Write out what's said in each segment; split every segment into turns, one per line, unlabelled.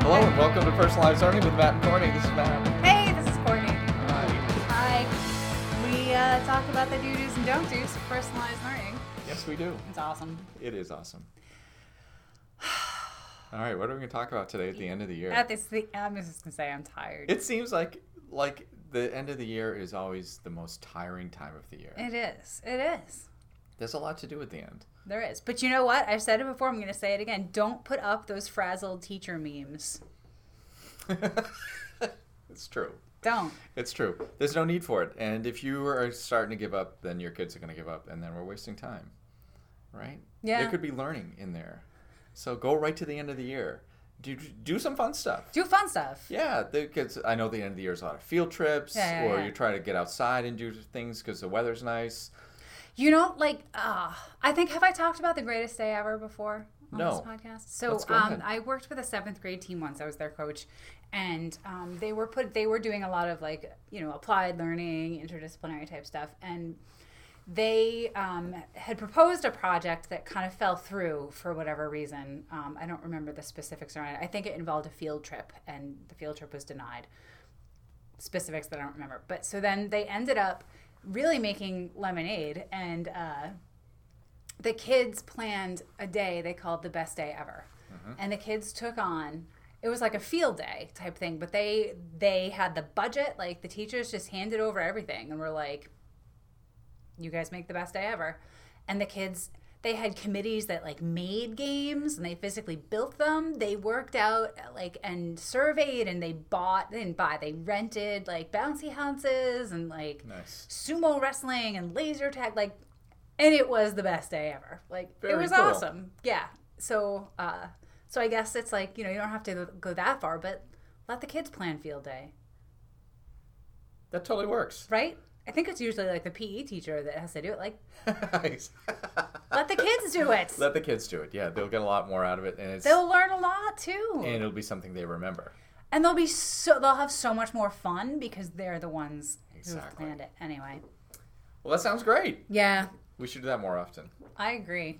Hello and welcome to Personalized Learning with Matt and Corny. This is Matt.
Hey, this is Courtney.
Hi.
Hi. We uh, talked about the do do's and don't do's of personalized learning.
Yes, we do.
It's awesome.
It is awesome. All right, what are we going to talk about today at the end of the year?
At this, the, I'm just gonna say I'm tired.
It seems like like the end of the year is always the most tiring time of the year.
it is. It is.
There's a lot to do at the end.
There is. But you know what? I've said it before. I'm gonna say it again. Don't put up those frazzled teacher memes.
it's true.
Don't.
It's true. There's no need for it. And if you are starting to give up, then your kids are going to give up, and then we're wasting time, right?
Yeah.
There could be learning in there. So go right to the end of the year. Do do some fun stuff.
Do fun stuff.
Yeah, because I know the end of the year is a lot of field trips,
Yeah, yeah,
or
yeah.
you try to get outside and do things because the weather's nice.
You know, like, uh, I think have I talked about the greatest day ever before on
No.
this podcast? So,
Let's go ahead.
um, I worked with a seventh grade team once. I was their coach, and um, they were put they were doing a lot of like you know applied learning, interdisciplinary type stuff, and they um, had proposed a project that kind of fell through for whatever reason. Um, I don't remember the specifics around it. I think it involved a field trip, and the field trip was denied specifics that I don't remember. But so then they ended up really making lemonade, and uh, the kids planned a day they called the best day ever, and the kids took on. It was like a field day type thing, but they they had the budget. Like the teachers just handed over everything, and were like, "You guys make the best day ever," and the kids. They had committees that like made games and they physically built them. They worked out like and surveyed and they bought they didn't buy they rented like bouncy houses and like
Nice.
sumo wrestling and laser tag like and it was the best day ever like it
Very
was
cool.
awesome yeah so uh so i guess it's like you know you don't have to go that far but let the kids plan field day
That totally works.
right i think it's usually like the pe teacher that has to do it like
Nice.
let the kids do it
Let the kids do it. Yeah, they'll get a lot more out of it, and it's
they'll learn a lot too
and it'll be something they remember.
and they'll be so they'll have so much more fun because they're the ones who
Exactly.
planned it anyway
Well, that sounds great.
yeah
We should do that more often.
i agree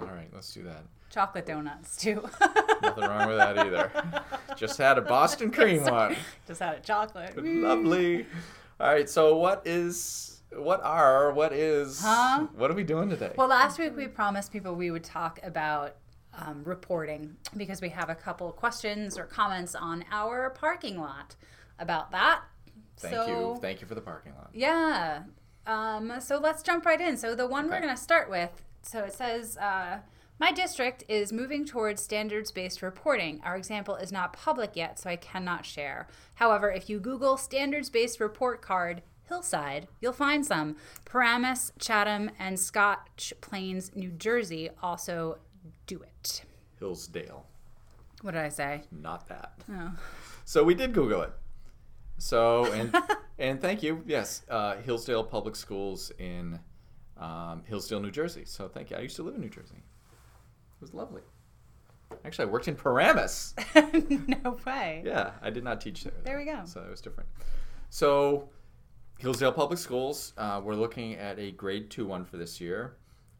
All right, let's do that.
chocolate donuts too
Nothing wrong with that either. Just had a Boston cream one.
just had a chocolate Woo.
Lovely. All right, so what is what are what is
Huh?
what are we doing today?
Well, last week we promised people we would talk about um, reporting because we have a couple questions or comments on our parking lot about that.
Thank
so,
you. Thank you for the parking lot.
yeah. Um, so let's jump right in. So the one we're
Okay.
going to start with. So it says, uh, my district is moving towards standards-based reporting. Our example is not public yet, so I cannot share. However, if you Google standards-based report card Hillside, you'll find some. Paramus, Chatham, and Scotch Plains, New Jersey also do it.
Hillsdale.
What did I say?
not that.
Oh.
So we did Google it. So and and thank you. Yes, uh, Hillsdale Public Schools in um, Hillsdale, New Jersey. So thank you. I used to live in New Jersey. It was lovely. Actually, I worked in Paramus.
no way.
Yeah, I did not teach there.
There
though,
we go.
So it was different. So Hillsdale Public Schools, uh, we're looking at a grade two one for this year.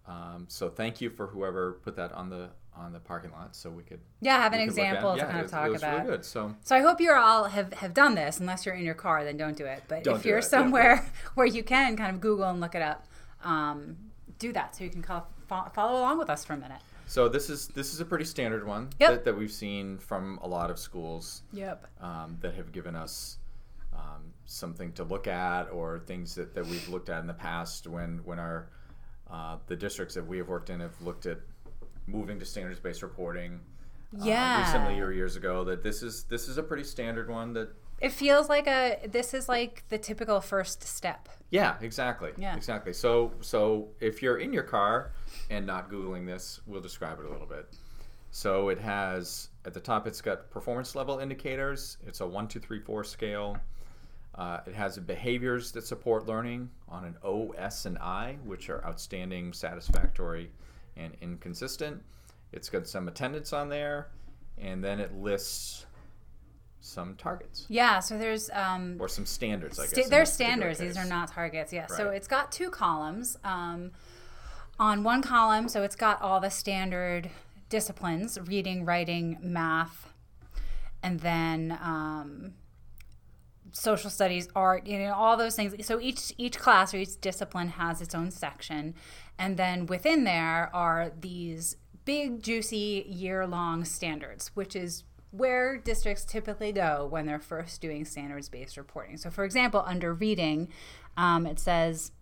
Um, so thank you for whoever put that on the on the parking lot, so we could
Yeah, I have an
we could look at-
example to
yeah,
kind
it
of
was-
talk
it was
about.
Really good. So
So I hope you all have, have done this. Unless you're in your car, then don't do it. But
Don't
if
do
you're
it, yeah.
somewhere where you can kind of Google and look it up, um, do that so you can call, fo- follow along with us for a minute.
So this is this is a pretty standard one
Yep.
that, that we've seen from a lot of schools
Yep.
um, that have given us um, something to look at or things that, that we've looked at in the past when when our uh, the districts that we have worked in have looked at moving to standards based reporting. uh,
Yeah.
recently or years ago, that this is this is a pretty standard one. That
It feels like a this is like the typical first step.
yeah, exactly,
Yeah.
exactly. So so if you're in your car and not googling this, we'll describe it a little bit. So it has at the top, it's got performance level indicators. It's a one, two, three, four scale. Uh, it has behaviors that support learning on an O, S, and I, which are outstanding, satisfactory, and inconsistent. It's got some attendance on there, and then it lists some targets
Yeah, so there's um,
or some standards. I guess
Sta-
in
they're
this particular
standards. These are
case.
not targets. Yeah. So
Right.
it's got two columns. Um, on one column, so it's got all the standard disciplines: reading, writing, math, and then um, social studies, art. You know, all those things. So each each class or each discipline has its own section, and then within there are these big, juicy, year-long standards, which is where districts typically go when they're first doing standards based reporting. So, for example, under reading, um, it says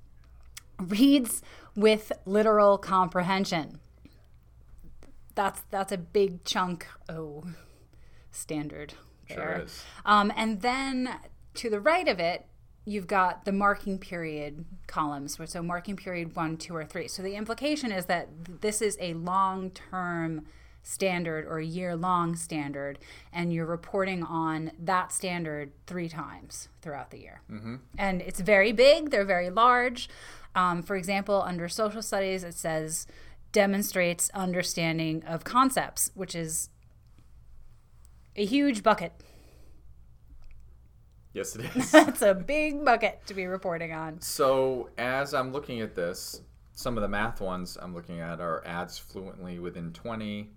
reads with literal comprehension. That's that's a big chunk Oh, O standard.
Sure
there.
is.
Um, and then to the right of it, you've got the marking period columns, which so marking period one, two, or three. So the implication is that th- this is a long term standard or year long standard, and you're reporting on that standard three times throughout the year. Mm-hmm. And it's very big, they're very large. Um, for example, under social studies, it says demonstrates understanding of concepts, which is a huge bucket.
Yes, it is.
That's a big bucket to be reporting on.
So as I'm looking at this, some of the math ones I'm looking at are adds fluently within 20,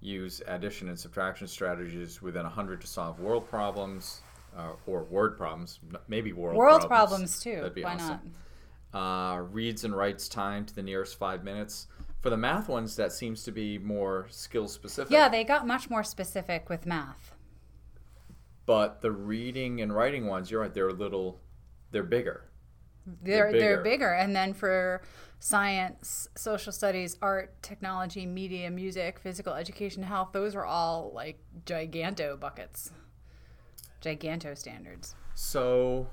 use addition and subtraction strategies within 100 to solve world problems uh, or word problems, m- maybe world
World
problems
problems, too.
That'd be
Why
awesome. Uh, reads and writes time to the nearest five minutes. For the math ones, that seems to be more skill specific.
Yeah, they got much more specific with math.
But the reading and writing ones, you're right, they're a little, they're bigger.
They're they're bigger.
bigger.
And then for science, social studies, art, technology, media, music, physical education, health, those are all like giganto buckets. Giganto standards.
So,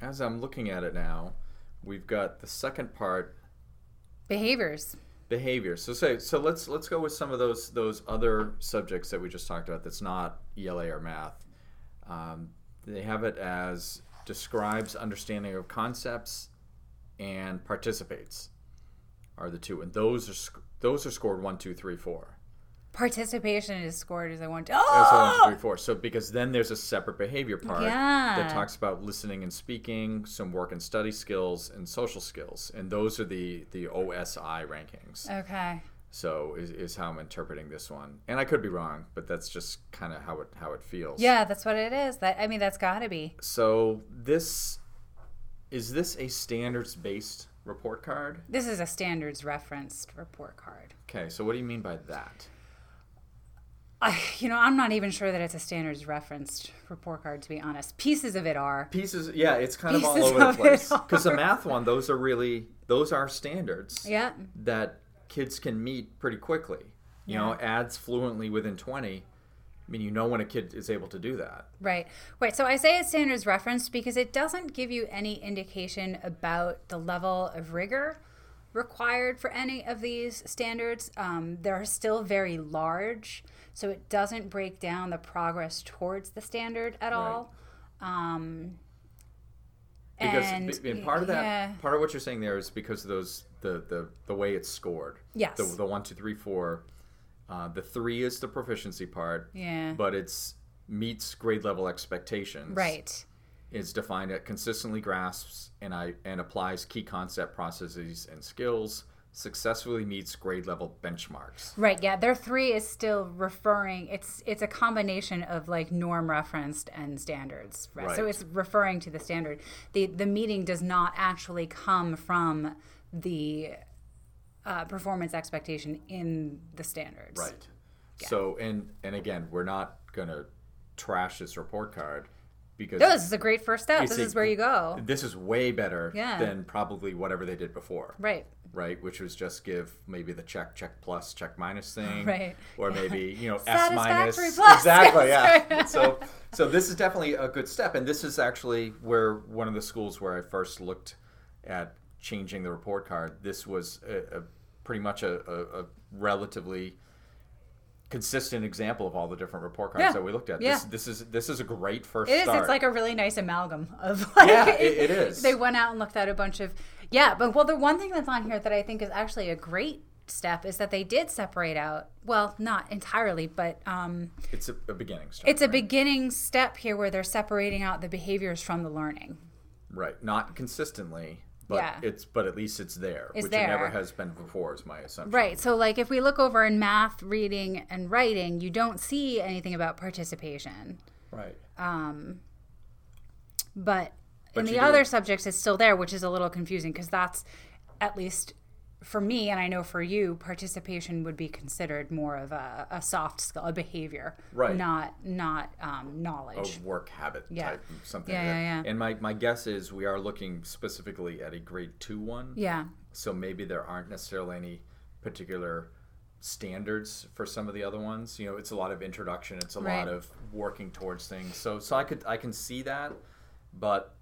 as I'm looking at it now, we've got the second part,
Behaviors.
behavior. So say so let's let's go with some of those those other subjects that we just talked about. That's not ELA or math. Um, they have it as describes understanding of concepts and participates are the two, and those are sc- those are scored one, two, three, four.
Participation is scored as I want to.
That's
Oh!
the one, two, three, four. So because then there's a separate behavior part
Yeah.
that talks about listening and speaking, some work and study skills, and social skills, and those are the the OSI rankings.
Oh. Okay.
So is, is how I'm interpreting this one, and I could be wrong, but that's just kind of how it how it feels.
Yeah, that's what it is. That I mean, that's got to be.
So this is this a standards based report card?
This is a standards referenced report card.
Okay. So what do you mean by that?
I, you know, I'm not even sure that it's a standards referenced report card, to be honest. Pieces of it are.
Pieces. Yeah, it's kind of all
Pieces
over the
of it
place.
are.
Because the math one, those are really those are standards.
Yeah.
that kids can meet pretty quickly. You know, adds fluently within 20. I mean, you know when a kid is able to do that.
Right. Right. So I say it's standards referenced because it doesn't give you any indication about the level of rigor required for any of these standards. Um, they're still very large, so it doesn't break down the progress towards the standard at all. Um,
Because
and,
b- and part of that,
yeah.
part of what you're saying there is because of those the the, the way it's scored.
Yes.
The, the one, two, three, four. Uh, the three is the proficiency part.
Yeah.
But it's meets grade level expectations.
Right.
It's defined at consistently grasps and I and applies key concept processes and skills. Successfully meets grade level benchmarks.
Right, yeah, their three is still referring. It's it's a combination of like norm referenced and standards, right? So
Right.
it's referring to the standard. the The meeting does not actually come from the uh, performance expectation in the standards,
Right. So and and again, we're not gonna trash this report card because
No, this is a great first step.
It's
This
a-
is where you go,
this is way better
Yeah.
than probably whatever they did before.
right?
Right, which was just give maybe the check, check plus, check minus thing,
Right.
Or maybe you know S minus,
Satisfactory plus.
exactly,
Yes,
yeah. so, so this is definitely a good step, and this is actually where one of the schools where I first looked at changing the report card. This was a, a pretty much a, a, a relatively consistent example of all the different report cards
Yeah.
that we looked at.
Yeah.
This, this is this is a great first
It is.
start.
It's like a really nice amalgam of like.
Yeah, it- it is.
They went out and looked at a bunch of. Yeah, but well, the one thing that's on here that I think is actually a great step is that they did separate out. Well, not entirely, but um,
it's a, a beginning start.
it's a
right?
beginning step here where they're separating out the behaviors from the learning.
right, not consistently, but
Yeah.
it's but at least it's there,
It's
which it never
there.
has been before. Is my assumption.
Right. So, like, if we look over in math, reading, and writing, you don't see anything about participation.
Right.
but,
But
in
you
the
do
other
it-
subjects it's still there which is a little confusing because that's at least for me and i know for you participation would be considered more of a, a soft skill a behavior
Right. Oh.
not not um, knowledge
of work habit
Yeah.
type something.
Yeah,
that,
yeah, yeah.
And my, my guess is we are looking specifically at a grade two one.
yeah
So maybe there aren't necessarily any particular standards for some of the other ones. You know, it's a lot of introduction, it's a lot
Right.
of working towards things. So so I could I can see that, but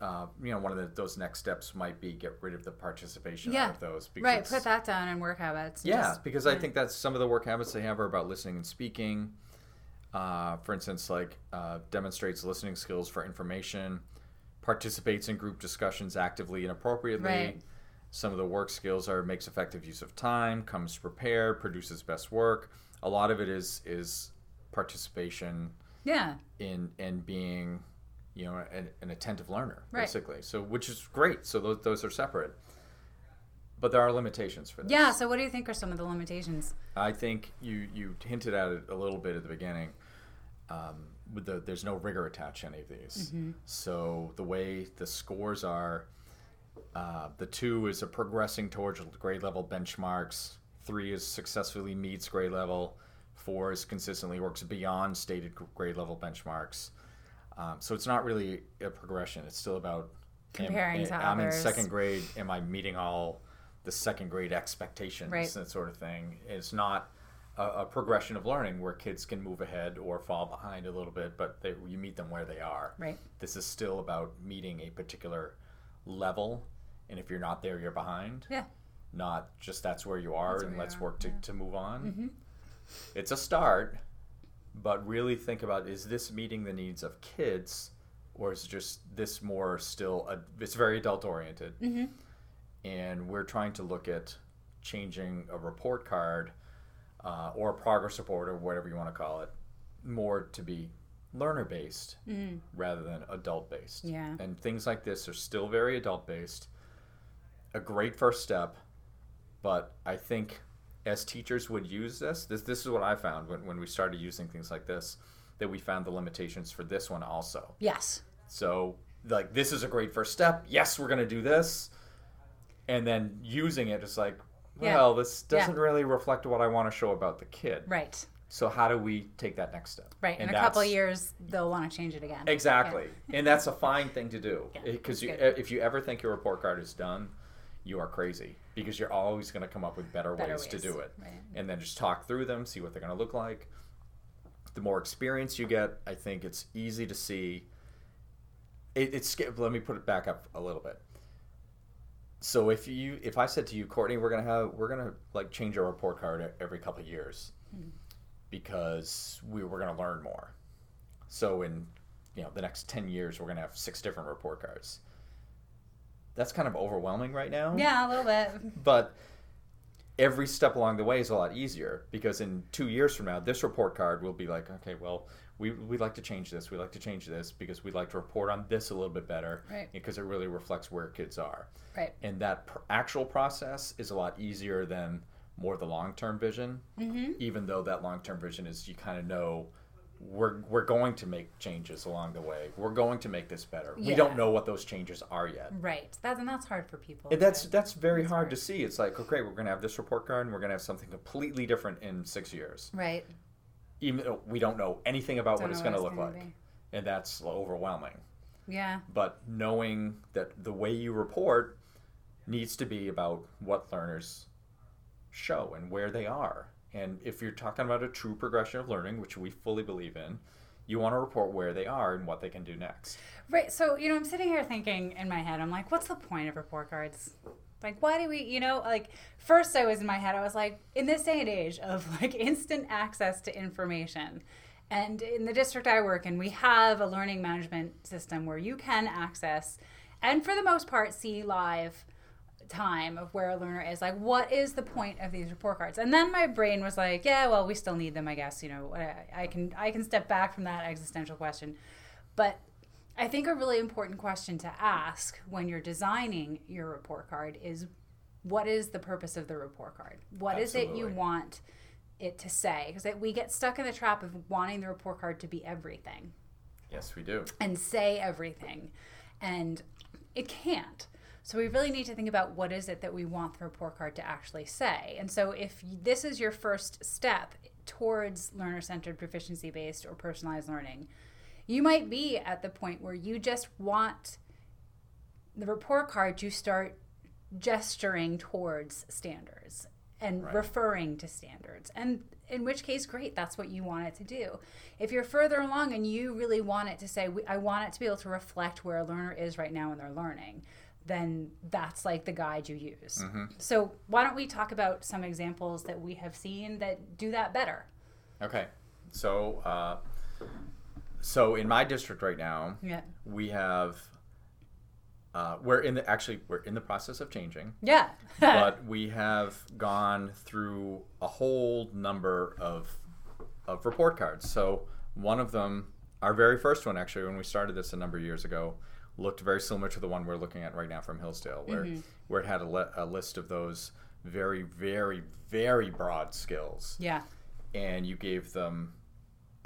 uh, you know, one of the, those next steps might be get rid of the participation
Yeah.
out of those. Because,
right put that down in work habits and
yeah,
just-
because I think that's some of the work habits they have are about listening and speaking. Uh, for instance, like uh, demonstrates listening skills for information, participates in group discussions actively and appropriately.
Right.
Some of the work skills are makes effective use of time, comes prepared, produces best work. A lot of it is is participation
yeah
in and being, you know, an, an attentive learner
Right.
basically. So which is great. So those, those are separate, but there are limitations for this.
yeah so what do you think are some of the limitations
I think you you hinted at it a little bit at the beginning. Um, with the, there's no rigor attached to any of these.
Mm-hmm.
So the way the scores are, uh, the two is a progressing towards grade level benchmarks. Three is successfully meets grade level. Four is consistently works beyond stated gr- grade level benchmarks. Um, so it's not really a progression. It's still about am-
Comparing
am-
to
I'm in
others.
second grade. Am I meeting all the second grade expectations?
Right.
That sort of thing. It's not a, a progression of learning where kids can move ahead or fall behind a little bit, but they, you meet them where they are.
Right.
This is still about meeting a particular level, and if you're not there, you're behind.
yeah
Not just that's where you are,
That's where
and
you
let's
are, Mm-hmm.
work to, to move on. It's a start, but really think about is this meeting the needs of kids, or is just this more still a, it's very adult oriented, and we're trying to look at changing a report card uh, or a progress report or whatever you want to call it more to be learner based rather than adult based.
Yeah.
And things like this are still very adult based. A great first step, but I think as teachers would use this, this this is what I found when, when we started using things like this, that we found the limitations for this one also.
yes
So like this is a great first step. Yes, we're gonna do this. And then using it is like,
Yeah.
well, this
Yeah.
doesn't really reflect what I want to show about the kid.
right
So how do we take that next step?
right in a
that's-
couple of years they'll want to change it again
Exactly, and that's a fine thing to do
Yeah,
because you, eh,
that's good.
if you ever think your report card is done, you are crazy because you're always going to come up with better,
Better
ways, to
ways,
do it,
right.
and then just talk through them, see what they're going to look like. The more experience you get, I think it's easy to see. It, it's sca- let me put it back up a little bit. So if you if I said to you, Courtney, we're gonna have we're gonna like change our report card every couple of years
Hmm.
because we were gonna learn more. So in you know the next ten years, we're gonna have six different report cards. That's kind of overwhelming right now.
yeah a little bit
But every step along the way is a lot easier because in two years from now, this report card will be like, okay, well, we we'd like to change this. We like to change this because we'd like to report on this a little bit better
Right.
because it really reflects where kids are
right
and that pr- actual process is a lot easier than more the long-term vision
Mm-hmm.
even though that long-term vision is you kind of know we're, we're going to make changes along the way we're going to make this better we
Yeah.
don't know what those changes are yet
right that, and that's hard for people
and that's that's very hard to see it's like okay we're going to have this report card and we're going to have something completely different in six years
right
even though we don't know anything about
Don't
what it's
know
going
what
to
it's
look
gonna
like
be.
and that's overwhelming
yeah
but knowing that the way you report needs to be about what learners show and where they are. And if you're talking about a true progression of learning, which we fully believe in, you want to report where they are and what they can do next.
Right. So, you know, I'm sitting here thinking in my head, I'm like, what's the point of report cards? Like, why do we, you know, like, first I was in my head, I was like, in this day and age of like instant access to information, and in the district I work in, we have a learning management system where you can access and for the most part see live time of where a learner is. Like, what is the point of these report cards? And then my brain was like, yeah, well, we still need them, I guess. You know, I, I can I can step back from that existential question, but I think a really important question to ask when you're designing your report card is what is the purpose of the report card? What is it you
Absolutely.
want it to say? Because we get stuck in the trap of wanting the report card to be everything
Yes, we do.
and say everything, and it can't. So we really need to think about what is it that we want the report card to actually say. And so if y- this is your first step towards learner-centered proficiency-based or personalized learning, you might be at the point where you just want the report card to start gesturing towards standards and
Right.
referring to standards and in which case great that's what you want it to do if you're further along and you really want it to say "We- i want it to be able to reflect where a learner is right now in their learning then that's like the guide you use
Mm-hmm.
so why don't we talk about some examples that we have seen that do that better
Okay, so uh, so in my district right now,
yeah
we have uh, we're in the actually we're in the process of changing.
yeah
but we have gone through a whole number of of report cards. So one of them, our very first one actually, when we started this a number of years ago, looked very similar to the one we're looking at right now from Hillsdale, where where it had a, le- a list of those very, very, very broad skills,
yeah
and you gave them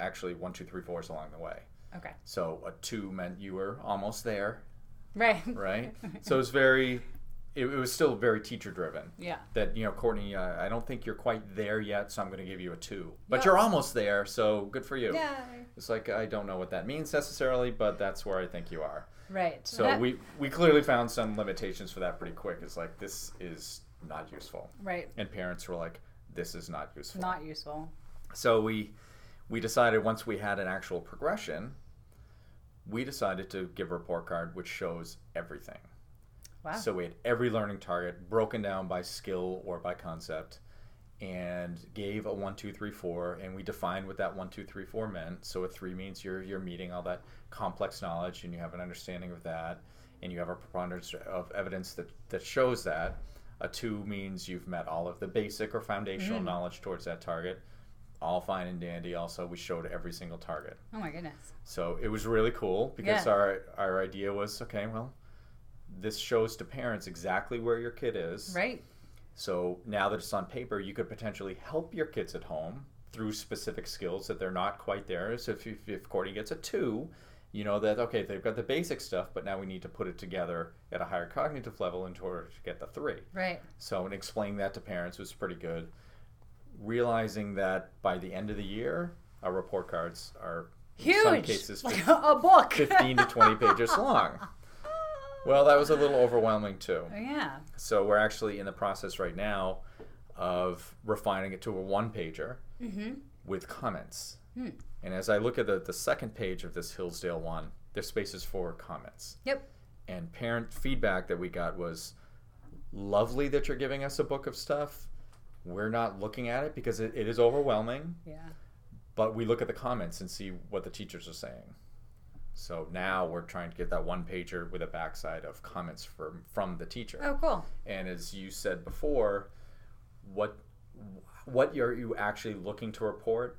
actually one, two, three, fours along the way.
okay
So a two meant you were almost there,
right
right? so it's very, it, it was still very teacher driven
yeah
that you know courtney uh, i don't think you're quite there yet so i'm going to give you a two but
Yeah.
you're almost there so good for you
yeah
it's like i don't know what that means necessarily but that's where i think you are
right
so we we clearly found some limitations for that pretty quick it's like this is not useful
right
and parents were like this is not useful
not useful
so we we decided once we had an actual progression we decided to give a report card which shows everything
wow
so we had every learning target broken down by skill or by concept and gave a one, two, three, four, and we defined what that one, two, three, four meant. So a three means you're you're meeting all that complex knowledge and you have an understanding of that and you have a preponderance of evidence that, that shows that. A two means you've met all of the basic or foundational knowledge towards that target. All fine and dandy. Also, we showed every single target.
oh my goodness
So it was really cool because
Yeah.
our our idea was okay, well, this shows to parents exactly where your kid is.
right
So now that it's on paper, you could potentially help your kids at home through specific skills that they're not quite there. So if if, if Courtney gets a two, you know that okay, they've got the basic stuff, but now we need to put it together at a higher cognitive level in order to get the three.
Right.
So, and explaining that to parents was pretty good. Realizing that by the end of the year, our report cards are in some
Huge.
cases
like a, a book.
15 to 20 pages long. Well, that was a little overwhelming too.
Oh, yeah.
So, we're actually in the process right now of refining it to a one pager with comments. And as I look at the, the second page of this Hillsdale one, there's spaces for comments
Yep.
and parent feedback that we got was lovely that you're giving us a book of stuff. We're not looking at it because it, it is overwhelming,
Yeah.
but we look at the comments and see what the teachers are saying. So now we're trying to get that one pager with a backside of comments from from the teacher.
Oh, cool.
And as you said before, what what are you actually looking to report?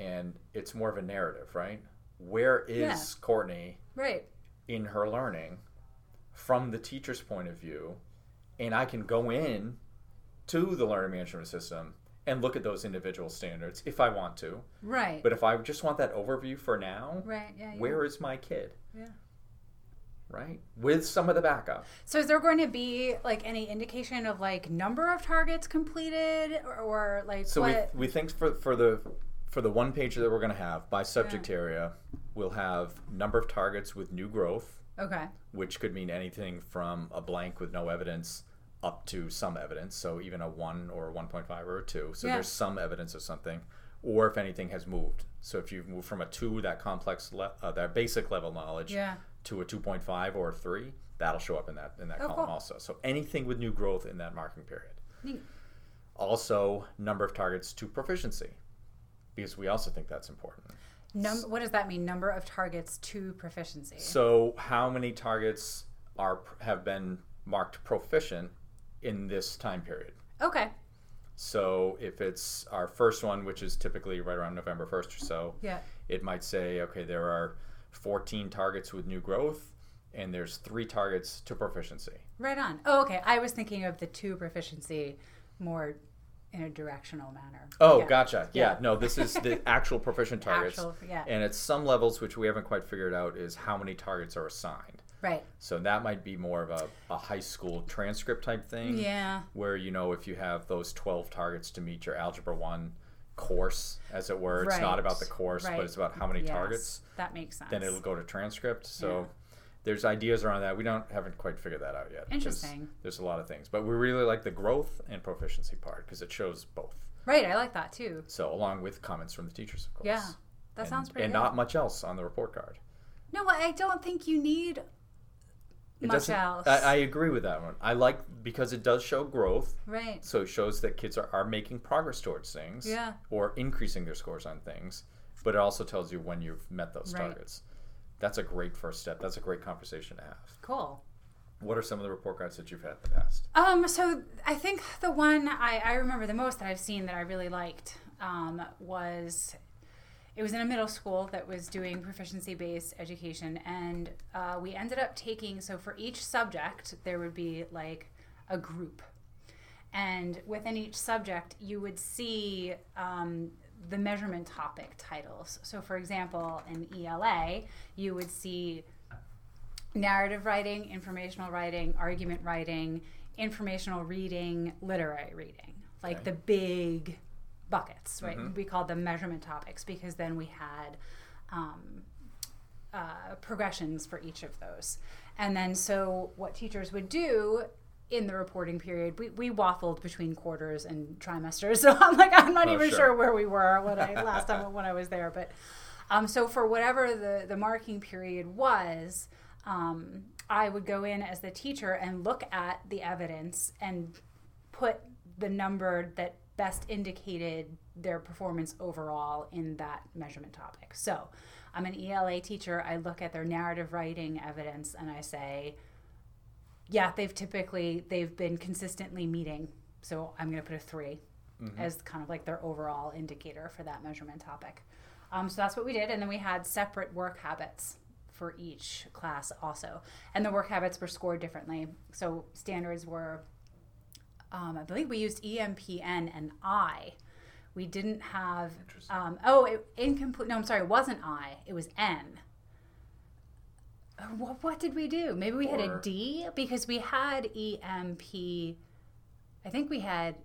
And it's more of a narrative, right? Where is
Yeah.
Courtney?
Right.
in her learning from the teacher's point of view and i can go in to the learner management system and look at those individual standards if i want to
Right.
but if i just want that overview for now
right. Yeah. yeah.
where is my kid
Yeah.
right with some of the backup
So is there going to be like any indication of like number of targets completed or, or like
so
what?
we, we think for, for the for the one page that we're going to have by subject area we'll have number of targets with new growth
okay.
which could mean anything from a blank with no evidence up to some evidence. So even a one or a 1.5 or a two. So
Yeah.
there's some evidence of something, or if anything has moved. So if you've moved from a two, that complex, le- uh, that basic level knowledge,
Yeah.
to a 2.5 or a 3, that'll show up in that in that
Oh,
column
cool.
also. So anything with new growth in that marking period.
Neat.
Also, number of targets to proficiency, because we also think that's important.
Num- what does that mean? Number of targets to proficiency.
So, how many targets are have been marked proficient in this time period?
Okay.
So, if it's our first one, which is typically right around November 1st or so,
Yeah.
it might say, okay, there are 14 targets with new growth, and there's three targets to proficiency.
Right on. Oh, okay. I was thinking of the two proficiency more in a directional manner.
Oh,
Yeah.
gotcha. Yeah.
Yeah.
no, this is the actual proficient targets.
Actual, yeah.
And at some levels, which we haven't quite figured out, is how many targets are assigned.
Right.
So that might be more of a, a high school transcript type thing.
Yeah.
Where, you know, if you have those 12 targets to meet your Algebra 1 course, as it were, it's
Right.
not about the course,
Right.
but it's about how many
Yes.
targets,
That makes sense.
then it'll go to transcript. So
Yeah.
there's ideas around that. We don't haven't quite figured that out yet. 'cause
Interesting.
There's a lot of things. But we really like the growth and proficiency part because it shows both.
Right. I like that too.
So, along with comments from the teachers, of course.
Yeah. That
and,
sounds pretty
And
good.
not much else on the report card.
no, I don't think you need
It
much
doesn't-
else.
I, I agree with that one. I like because it does show growth,
right.
so it shows that kids are, are making progress towards things
Yeah.
or increasing their scores on things, but it also tells you when you've met those
Right.
targets. That's a great first step. That's a great conversation to have.
Cool.
What are some of the report cards that you've had in the past?
Um, so I think the one I, I remember the most that I've seen that I really liked um, was it was in a middle school that was doing proficiency based education, and uh, we ended up taking so for each subject there would be like a group, and within each subject you would see um, the measurement topic titles. So, for example, in ELA you would see narrative writing, informational writing, argument writing, informational reading, literary reading. Like
Okay. Mm-hmm.
the big buckets, right? We called them measurement topics because then we had um, uh, progressions for each of those. And then, so what teachers would do in the reporting period, we, we waffled between quarters and trimesters. So I'm like, I'm not
Oh,
even
sure.
sure where we were when I last time when I was there, but um, so for whatever the, the marking period was, um, I would go in as the teacher and look at the evidence and put the number that best indicated their performance overall in that measurement topic. So I'm an ELA teacher. I look at their narrative writing evidence and I say, yeah, they've typically they've been consistently meeting. So I'm going to put a 3
Mm-hmm.
as kind of like their overall indicator for that measurement topic. Um, so that's what we did, and then we had separate work habits for each class also, and the work habits were scored differently. So standards were, um, I believe we used EMPN and I. We didn't have
Interesting.
um, oh it, incomplete. No, I'm sorry, it wasn't I. It was N. Uh, What, what did we do? Maybe we had a
Or-
D because we had EMP. I think we had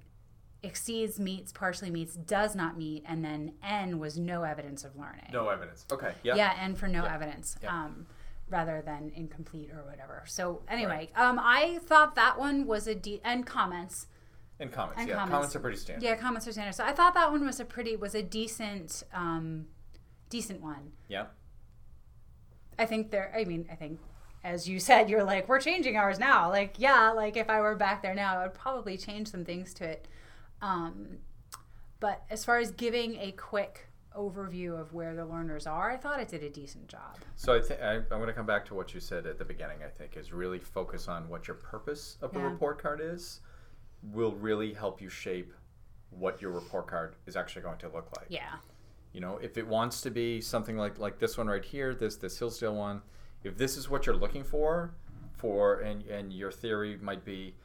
exceeds, meets, partially meets, does not meet, and then N was no evidence of learning.
No evidence. Okay.
Yeah, N for no
Yeah.
evidence,
Yeah.
um, rather than incomplete or whatever. So anyway, um, I thought that one was a D and comments.
And comments.
And
yeah. Comments.
comments.
are pretty standard.
Yeah, comments are standard. So I thought that one was a pretty was a decent, um, decent one.
Yeah.
I think there. I mean, I think as you said, you're like we're changing ours now. Like yeah, like if I were back there now, I would probably change some things to it. Um, but as far as giving a quick overview of where the learners are, I thought I did a decent job.
So I think I'm going to come back to what you said at the beginning. I think is really focus on what your purpose of the
Yeah.
report card is, will really help you shape what your report card is actually going to look like.
Yeah.
You know, if it wants to be something like like this one right here, this this Hillsdale one, if this is what you're looking for, for and and your theory might be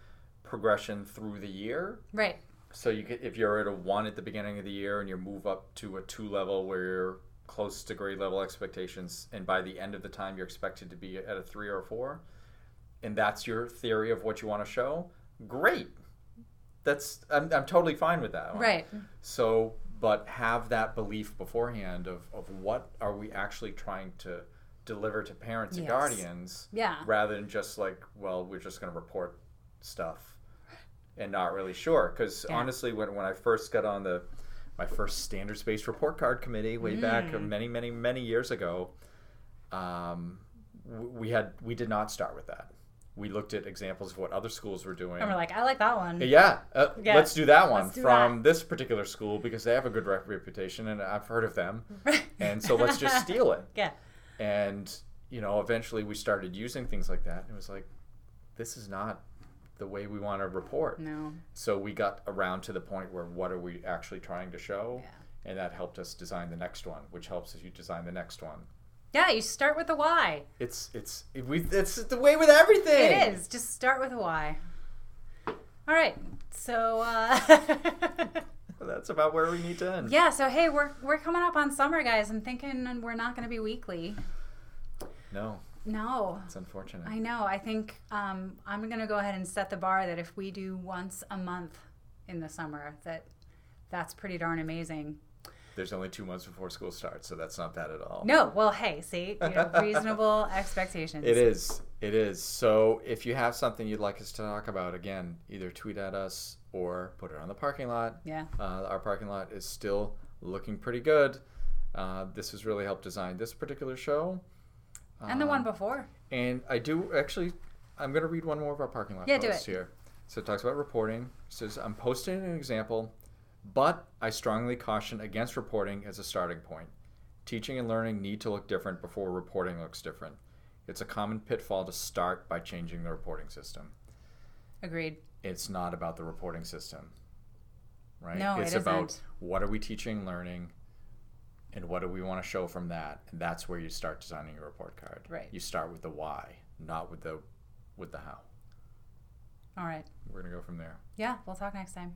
progression through the year.
Right.
So you could, if you're at a one at the beginning of the year and you move up to a two level where you're close to grade level expectations, and by the end of the time you're expected to be at a three or a four, and that's your theory of what you want to show, great. That's I'm, I'm totally fine with that. one.
Right.
So, but have that belief beforehand of of what are we actually trying to deliver to parents and
Yes.
guardians
Yeah.
rather than just like, well, we're just going to report stuff and not really sure. Because
Yeah.
honestly, when, when I first got on the my first standards
Mm.
based report card committee way back many, many, many years ago, um, w- we had we did not start with that. We looked at examples of what other schools were doing.
And we're like, I like that one.
yeah, uh,
Oh, Yeah.
let's do that one
Let's do
from this particular school because they have a good rep- reputation and I've heard of them. and so let's just steal it.
Yeah.
And you know, eventually we started using things like that and it was like this is not the way we want to report.
No.
So we got around to the point where what are we actually trying to show?
Yeah.
And that helped us design the next one, which helps us you design the next one.
Yeah, you start with a why.
It's it's it, we it's the way with everything.
It is. Just start with a why. All right. So uh
That's about where we need to end.
Yeah, so hey, we're we're coming up on summer, guys. I'm thinking we're not going to be weekly.
No,
No.
it's unfortunate.
I know. I think um, I'm going to go ahead and set the bar that if we do once a month in the summer, that that's pretty darn amazing.
There's only two months before school starts, so that's not bad at all.
No, well, hey, see, you know, reasonable expectations.
It is. It is. So if you have something you'd like us to talk about, again, either tweet at us or put it on the parking lot.
Yeah.
Uh, our parking lot is still looking pretty good. Uh, this has really helped design this particular show.
And
Um,
the one before.
And I do actually, I'm going to read one more of our parking lot
Yeah, do
posts
it.
here. So it talks about reporting. It says, I'm posting an example, but I strongly caution against reporting as a starting point. Teaching and learning need to look different before reporting looks different. It's a common pitfall to start by changing the reporting system.
Agreed.
It's not about the reporting system, right?
No, it
it's about
isn't.
what are we teaching, and learning, and what do we want to show from that? And that's where you start designing your report card.
Right.
You start with the why, not with the with the how.
All right.
We're gonna go from there.
Yeah, we'll talk next time.